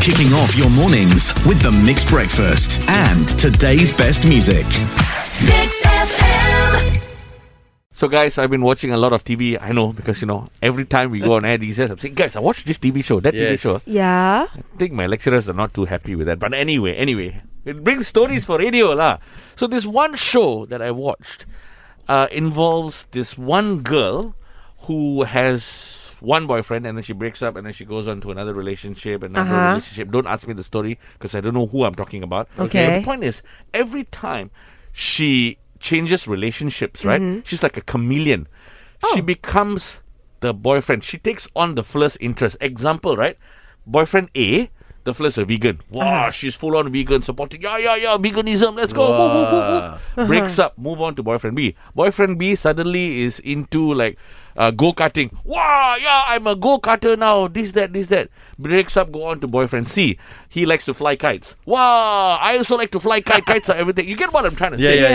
Kicking off your mornings with the mixed breakfast and today's best music. Mix FM. So, guys, I've been watching a lot of TV. I know because you know every time we go on air these days, I'm saying, guys, I watched this TV show, that TV Yes. show. Yeah. I think my lecturers are not too happy with that. But anyway, anyway, it brings stories for radio, lah. So this one show that I watched uh, involves this one girl who has one boyfriend and then she breaks up and then she goes on to another relationship and another Uh-huh. relationship. Don't ask me the story because I don't know who I'm talking about. Okay. But the point is, every time she changes relationships, right? She's like a chameleon. She becomes the boyfriend. She takes on the flirt's interest. Example, right? Boyfriend A, the flirt's a vegan. Wow, she's full on vegan, supporting, yeah, yeah, yeah, veganism, let's go. Woo, woo, woo, woo. Uh, Breaks up, move on to boyfriend B. Boyfriend B suddenly is into like uh, go karting. Wow, yeah, I'm a go karter now. This, that, this, that. Breaks up, go on to boyfriend C. He likes to fly kites. Wow, I also like to fly kite. kites are everything. You get what I'm trying to Yeah, say? yeah, yeah,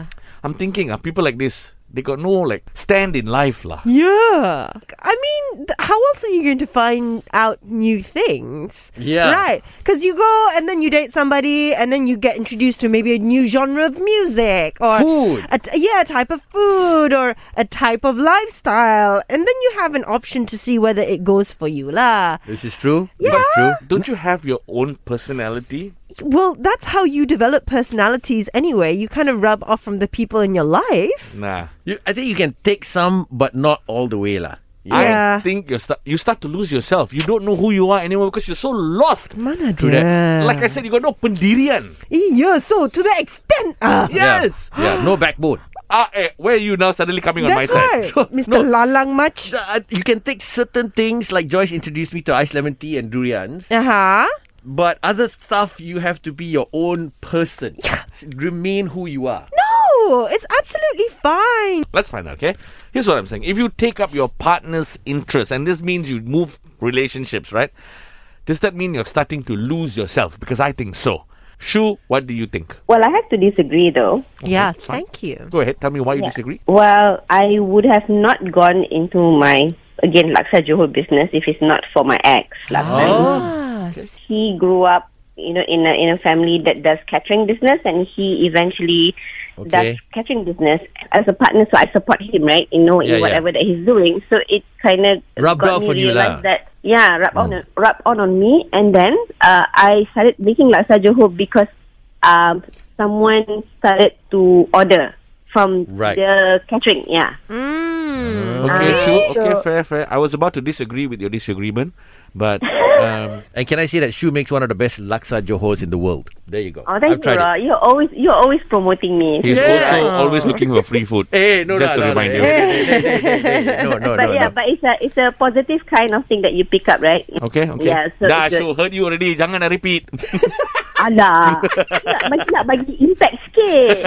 yeah. I'm thinking, uh, people like this, they got no like stand in life, lah. Yeah. I mean, th- how else are you going to find out new things? Yeah. Right. Because you go and then you date somebody and then you get introduced to maybe a new genre of music or Food. A t- yeah, a type of food or a type of lifestyle. And then you have an option to see whether it goes for you. lah. This is true. This is true. Don't you have your own personality? Well, that's how you develop personalities anyway. You kind of rub off from the people in your life. Nah. You, I think you can take some, but not all the way, lah. Yeah. I think you start you start to lose yourself. You don't know who you are anymore because you're so lost. Mana True that. dia? Like I said, you got no pendirian. Yeah, so to that extent. ah. Yeah. Yes. Yeah. No backbone. Ah, eh, where are you now suddenly coming on my That's side? right. Mr. Lalang much. Uh, You can take certain things, like Joyce introduced me to ice lemon tea and durians, Uh huh. but other stuff you have to be your own person. Remain who you are. No, it's absolutely fine. Let's find out, okay? Here's what I'm saying. If you take up your partner's interest, and this means you move relationships, right? Does that mean you're starting to lose yourself? Because I think so. Shu, what do you think? Well, I have to disagree though. yeah, it's fine. thank you. Go ahead, tell me why you disagree. Well, I would have not gone into my, again, Laksa Johor business if it's not for my ex. Oh. Laksa. Oh, He grew up, you know, in a, in a family that does catering business and he eventually Okay. does catering business as a partner. So I support him, right? You know, in Yeah, yeah. whatever that he's doing. So it kind of Rubbed got off me on you realize lah. Mm. that yeah, rub on rub on on me, and then uh, I started making laksa johor because um, someone started to order from Right. the catering. Yeah, Okay, Ah. Shu, okay, So- fair, fair. I was about to disagree with your disagreement, but um, And can I say that Shu makes one of the best laksa johors in the world? There you go. oh, thank I've you, tried Ra. it. You're always you're always promoting me. he's Yeah. also always looking for free food. Hey, no, Just no, Eh. to no, remind no, you. hey, hey, hey, hey, hey, hey. no, no, but no, yeah, no. but it's a it's a positive kind of thing that you pick up, right? Okay, okay. Yeah, so Dah, it's Shu, heard you already. Jangan I repeat. Alah, nak bagi nak bagi impact sikit.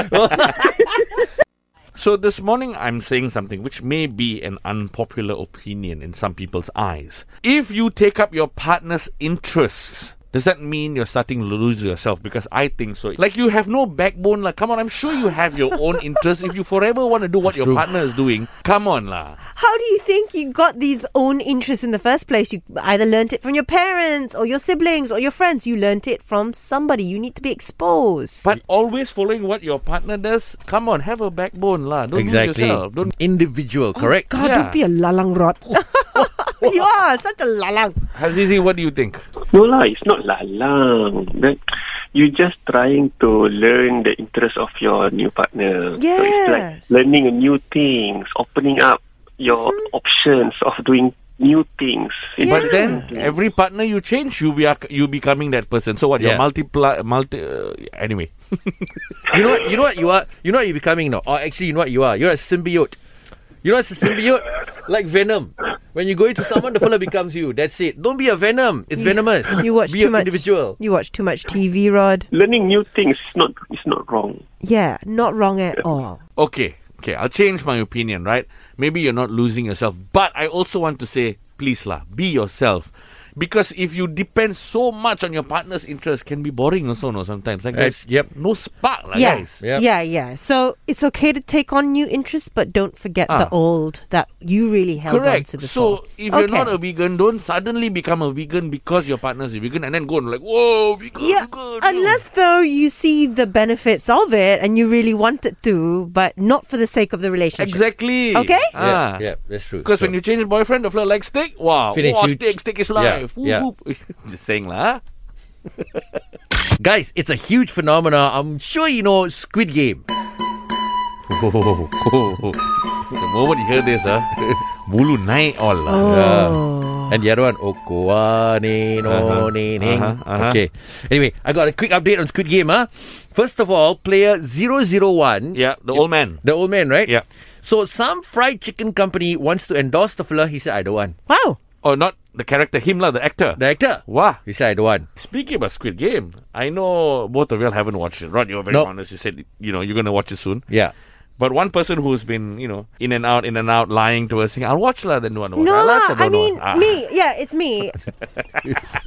So this morning I'm saying something which may be an unpopular opinion in some people's eyes. If you take up your partner's interests, does that mean you're starting to lose yourself? Because I think so. Like you have no backbone, like come on, I'm sure you have your own interests. If you forever want to do what your partner is doing, come on lah. How do you think you got these own interests in the first place? You either learnt it from your parents or your siblings or your friends. You learnt it from somebody. You need to be exposed. But always following what your partner does, come on, have a backbone lah. Don't lose Exactly. yourself. Don't Individual, correct? God, Yeah. don't be a lalang rot. you are such a lalang. Hazizi, what do you think? No lah, it's not lalang. That you just trying to learn the interest of your new partner. So it's like Yes. learning a new things, opening up your options of doing new things. But then every partner you change, you be you becoming that person. So what? You're Yeah. multiply multi. Uh, anyway, You know what? You know what you are. You know what you're becoming now. Or actually, you know what you are. You're a symbiote. You know what's a symbiote? like venom. When you go into someone, the fella becomes you. That's it. Don't be a venom. It's venomous. You watch be too an much. individual. You watch too much TV, Rod. Learning new things is not is not wrong. Yeah, not wrong at all. okay, okay. I'll change my opinion. Right? Maybe you're not losing yourself, but I also want to say, please lah, be yourself. Because if you depend so much on your partner's interest, can be boring also. No, sometimes like Uh, there's yep. no spark, like yeah, guys. Yep. yeah, yeah. So it's okay to take on new interests, but don't forget Ah. the old that you really held on Correct. to before. So if you're not a vegan, don't suddenly become a vegan because your partner's a vegan and then go and like, whoa, vegan, yeah, vegan. unless though you see the benefits of it and you really want it to, but not for the sake of the relationship. Exactly. Okay. Yeah, Ah. Yeah, yeah, that's true. Because So- when you change boyfriend, the flirt like steak. Wow, Finish, wow, you- steak, steak is life. yeah. Whoop, whoop. Just saying lah. guys, it's a huge phenomenon. I'm sure you know Squid Game. the moment you hear this, ah, bulu naik all lah. Oh. And the other one, Okoa ne no Uh-huh. ne ning. Uh-huh, uh-huh. Okay. Anyway, I got a quick update on Squid Game, huh? First of all, player 001. Yeah, the old man. The old man, right? Yeah. So some fried chicken company wants to endorse the fella. He said, I don't want. Wow. Oh, not the character, him lah, the actor. The actor. Wah. He said, I don't want. Speaking about Squid Game, I know both of you all haven't watched it. Rod, you were very Nope. honest. You said you know you're gonna watch it soon. Yeah. But one person who's been you know in and out, in and out, lying to us, saying I'll watch lah, then no one watch. No, I'll lah, watch, I don't mean watch." Ah. me. Yeah, it's me.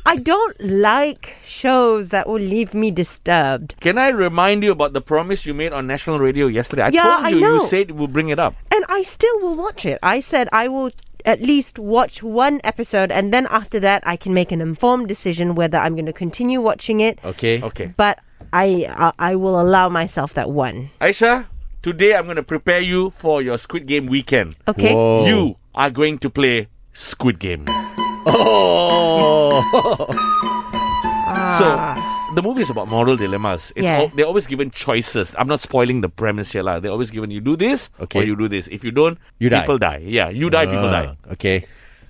I don't like shows that will leave me disturbed. Can I remind you about the promise you made on national radio yesterday? I Yeah, told I you know. you said we'll bring it up. And I still will watch it. I said I will at least watch one episode and then after that I can make an informed decision whether I'm going to continue watching it. Okay. Okay. But I I I will allow myself that one. Aisha, today I'm going to prepare you for your Squid Game weekend. Okay? Whoa. Oh. You are going to play Squid Game. Oh. So, the movie is about moral dilemmas. It's Ah. Yeah. al- they're always given choices. I'm not spoiling the premise here. lah. They're always given you do this or Okay. you do this. If you don't, You die. people die. Yeah, you die, people die. Ah, Okay.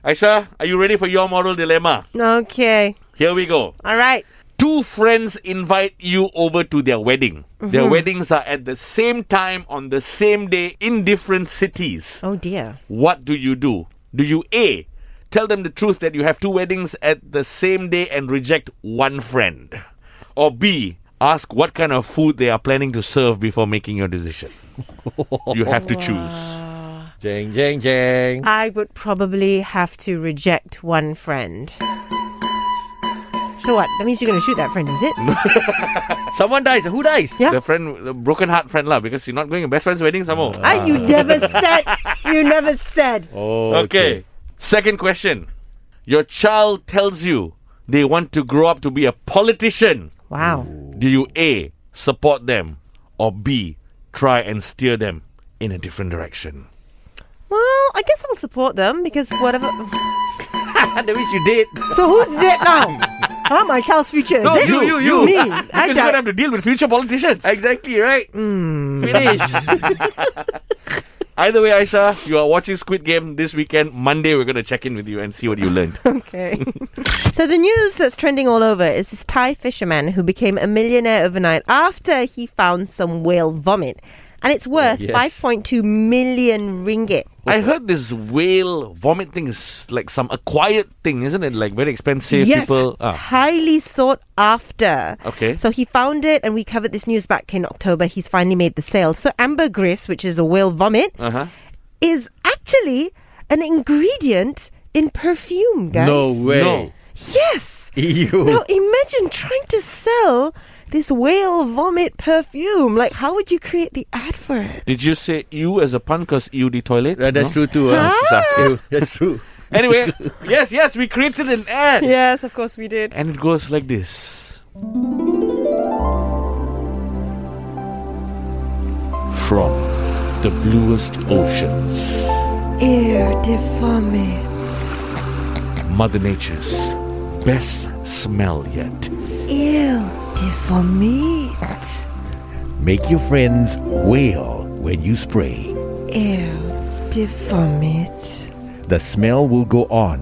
Aisha, are you ready for your moral dilemma? Okay. Here we go. All right. Two friends invite you over to their wedding. Their weddings are at the same time on the same day in different cities. Oh dear. what do you do? Do you A, tell them the truth that you have two weddings at the same day and reject one friend? Or B, ask what kind of food they are planning to serve before making your decision? you have to choose. Jeng, jeng, jeng. I would probably have to reject one friend. So what? That means you're going to shoot that friend, is it? Someone dies. Who dies? Yeah. The friend, the broken heart friend, lah, because you're not going to best friend's wedding, some more. Ah, you never said. You never said. Oh, Okay. Second question. Your child tells you they want to grow up to be a politician. Wow. Do you A, support them? Or B, try and steer them in a different direction? Well, I guess I'll support them because whatever. that means you did. So who's dead now? Huh? My child's future. Is No, it? you, you, you. me. Because I you're going to died. have to deal with future politicians. Exactly, right? Hmm. Finish. Either way, Aisha, you are watching Squid Game this weekend. Monday, we're going to check in with you and see what you learned. Okay. so the news that's trending all over is this Thai fisherman who became a millionaire overnight after he found some whale vomit, and it's worth Yes. 5.2 million ringgit. I heard this whale vomit thing is like some acquired thing, isn't it? Like very expensive. yes, People. Ah. highly sought after. Okay. So he found it, and we covered this news back in October. He's finally made the sale. So ambergris, which is a whale vomit, Uh-huh. is actually an ingredient in perfume, guys. No way. No. Yes. Ew. Now imagine trying to sell this whale vomit perfume. Like, how would you create the ad for it? Did you say you as a pun because you the toilet? Uh, that's No? true too. Uh, She's asking. Ew, that's true. Anyway, yes, yes, we created an ad. Yes, of course we did. And it goes like this. From the bluest oceans. Eau de vomit. Mother Nature's best smell yet. Eau de vomit. Make your friends wail when you spray. Eau de vomit. The smell will go on.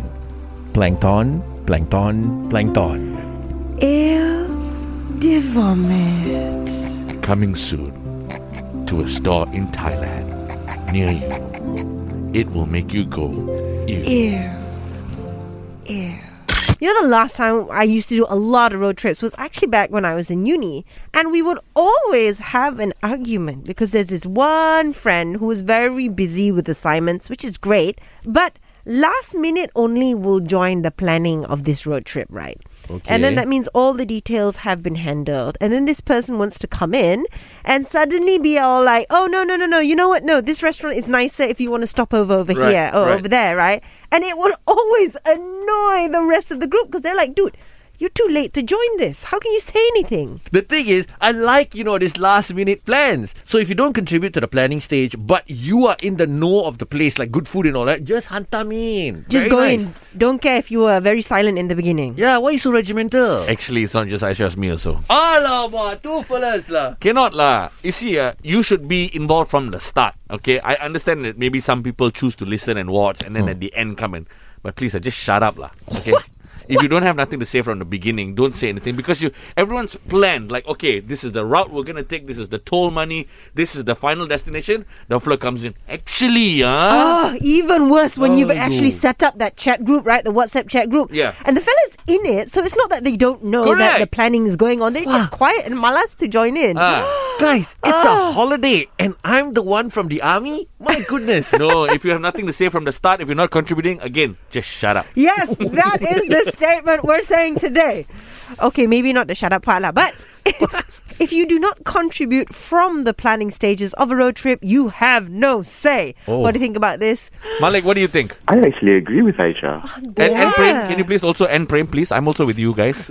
Plankton, plankton, plankton. Eau de vomit. Coming soon to a store in Thailand near you. It will make you go ew. Ew. Ew. You know, the last time I used to do a lot of road trips was actually back when I was in uni. And we would always have an argument because there's this one friend who was very busy with assignments, which is great. But Last minute only will join the planning of this road trip, right? And then Okay. that means all the details have been handled. And then this person wants to come in and suddenly be all like, oh, no, no, no, no. You know what? No, this restaurant is nicer if you want to stop over over Right, here or right. over there, right? And it will always annoy the rest of the group because they're like, dude, you're too late to join this. How can you say anything? The thing is, I like, you know, these last minute plans. So if you don't contribute to the planning stage, but you are in the know of the place, like good food and all that, just hantam in. Just Very go nice. in. Don't care if you were very silent in the beginning. Yeah, why you so regimental? Actually, it's not just Aisha, it's me also. Alamak, tu fellas lah. Cannot lah. You see, uh, you should be involved from the start. Okay, I understand that maybe some people choose to listen and watch, and then at the end come in. But please, uh, just shut up lah. Okay. If you don't have nothing to say from the beginning, don't say anything because you everyone's planned. Like, okay, this is the route we're gonna take. This is the toll money. This is the final destination. The floor comes in. Actually, uh, Oh, even worse when Oh, you've actually set up that chat group, right? The WhatsApp chat group. Yeah. And the fella's in it, so it's not that they don't know that Correct. the planning is going on. They're just Ah. quiet and malas to join in. ah. Guys, it's a holiday and I'm the one from the army? My goodness. no. If you have nothing to say from the start, if you're not contributing, again, just shut up. Yes, that is the statement we're saying today. Okay, maybe not the shut up part, lah, but if you do not contribute from the planning stages of a road trip, you have no say. What do you think about this? Malik, what do you think? I actually agree with Aisha. And, and Prem, Yeah. can you please also end Prem, please? I'm also with you guys.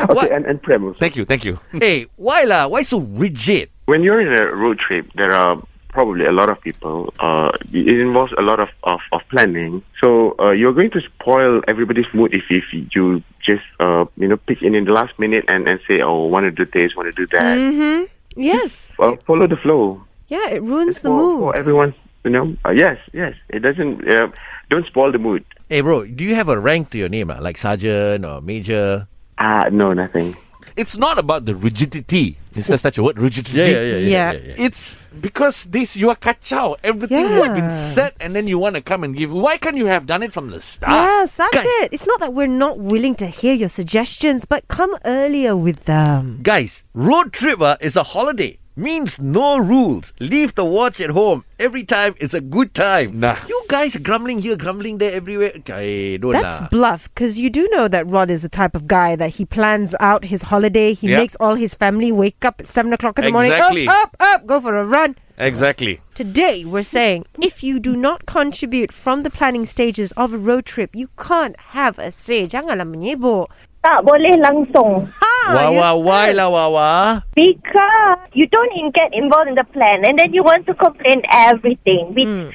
Okay, and, and Prem also. Thank you, thank you. hey, why lah? Why so rigid? When you're in a road trip, there are probably a lot of people. Uh, it involves a lot of, of, of planning. So uh, you're going to spoil everybody's mood if, if you just uh, you know pick in in the last minute and, and say, oh, want to do this, want to do that. Mm-hmm. Yes. Uh, follow the flow. Yeah, it ruins the for, mood. for everyone. You know, uh, yes, yes. It doesn't. Uh, don't spoil the mood. Hey bro, do you have a rank to your name, ah? like sergeant or major? Ah, no, nothing. It's not about the rigidity. Is there such a word? Rigidity. yeah, yeah, It's because this you are kacao. Everything has Yeah. been set, and then you want to come and give. Why can't you have done it from the start? Yes, that's it. It's not that we're not willing to hear your suggestions, but come earlier with them. Guys, road trip ah, is a holiday. Means no rules. Leave the watch at home. Every time is a good time. Nah. You guys are grumbling here, grumbling there, everywhere. Okay, don't That's lah. bluff, because you do know that Rod is the type of guy that he plans out his holiday. He Yeah. makes all his family wake up at 7 o'clock in the Exactly. morning. Up, up, up, go for a run. Exactly. Today, we're saying if you do not contribute from the planning stages of a road trip, you can't have a say. Janganlah menyebok. Tak boleh langsung. Ah, Wah, yes, wah, why sir. lah, wah, wah? Because you don't in- get involved in the plan and then you want to complain everything. Which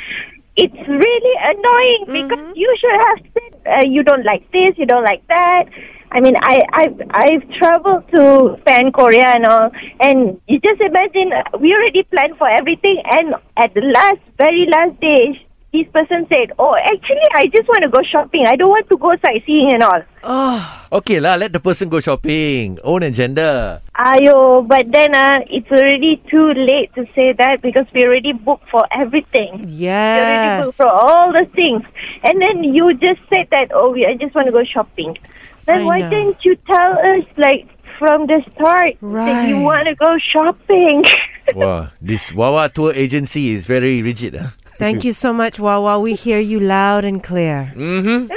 It's really annoying because you should have said uh, you don't like this, you don't like that. I mean, I, I've, I've traveled to Japan, Korea and all, and you just imagine uh, we already planned for everything and at the last, very last day, this person said, oh, actually, I just want to go shopping. I don't want to go sightseeing and all. Okay lah, let the person go shopping. Own agenda. Ayo, but then uh, it's already too late to say that because we already booked for everything. We Yes. already booked for all the things. And then you just said that, oh, we, I just want to go shopping. Then I why know. didn't you tell us, like, from the start that you Right. want to go shopping? Wow, this Wawa tour agency is very rigid. ah. Thank you so much, Wawa. We hear you loud and clear. Mm-hmm.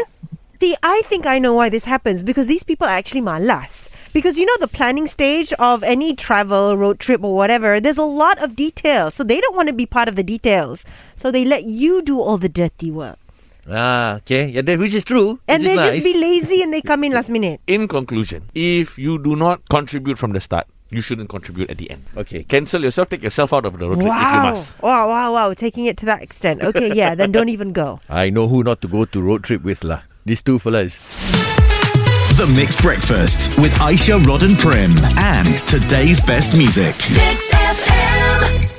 See, I think I know why this happens because these people are actually malas. Because you know the planning stage of any travel, road trip, or whatever, there's a lot of detail. So they don't want to be part of the details. So they let you do all the dirty work. Ah, okay. Yeah, that, which is true. And which they is just nice. be lazy and they come in last minute. In conclusion, if you do not contribute from the start, you shouldn't contribute at the end. Okay. Cancel yourself. Take yourself out of the road trip if you Wow. must. Wow, wow, wow. Taking it to that extent. Okay, yeah, then don't even go. I know who not to go to road trip with lah. These two fellas. The Mixed Breakfast with Aisha, Rod, and Prim, and today's best music. Mix FM.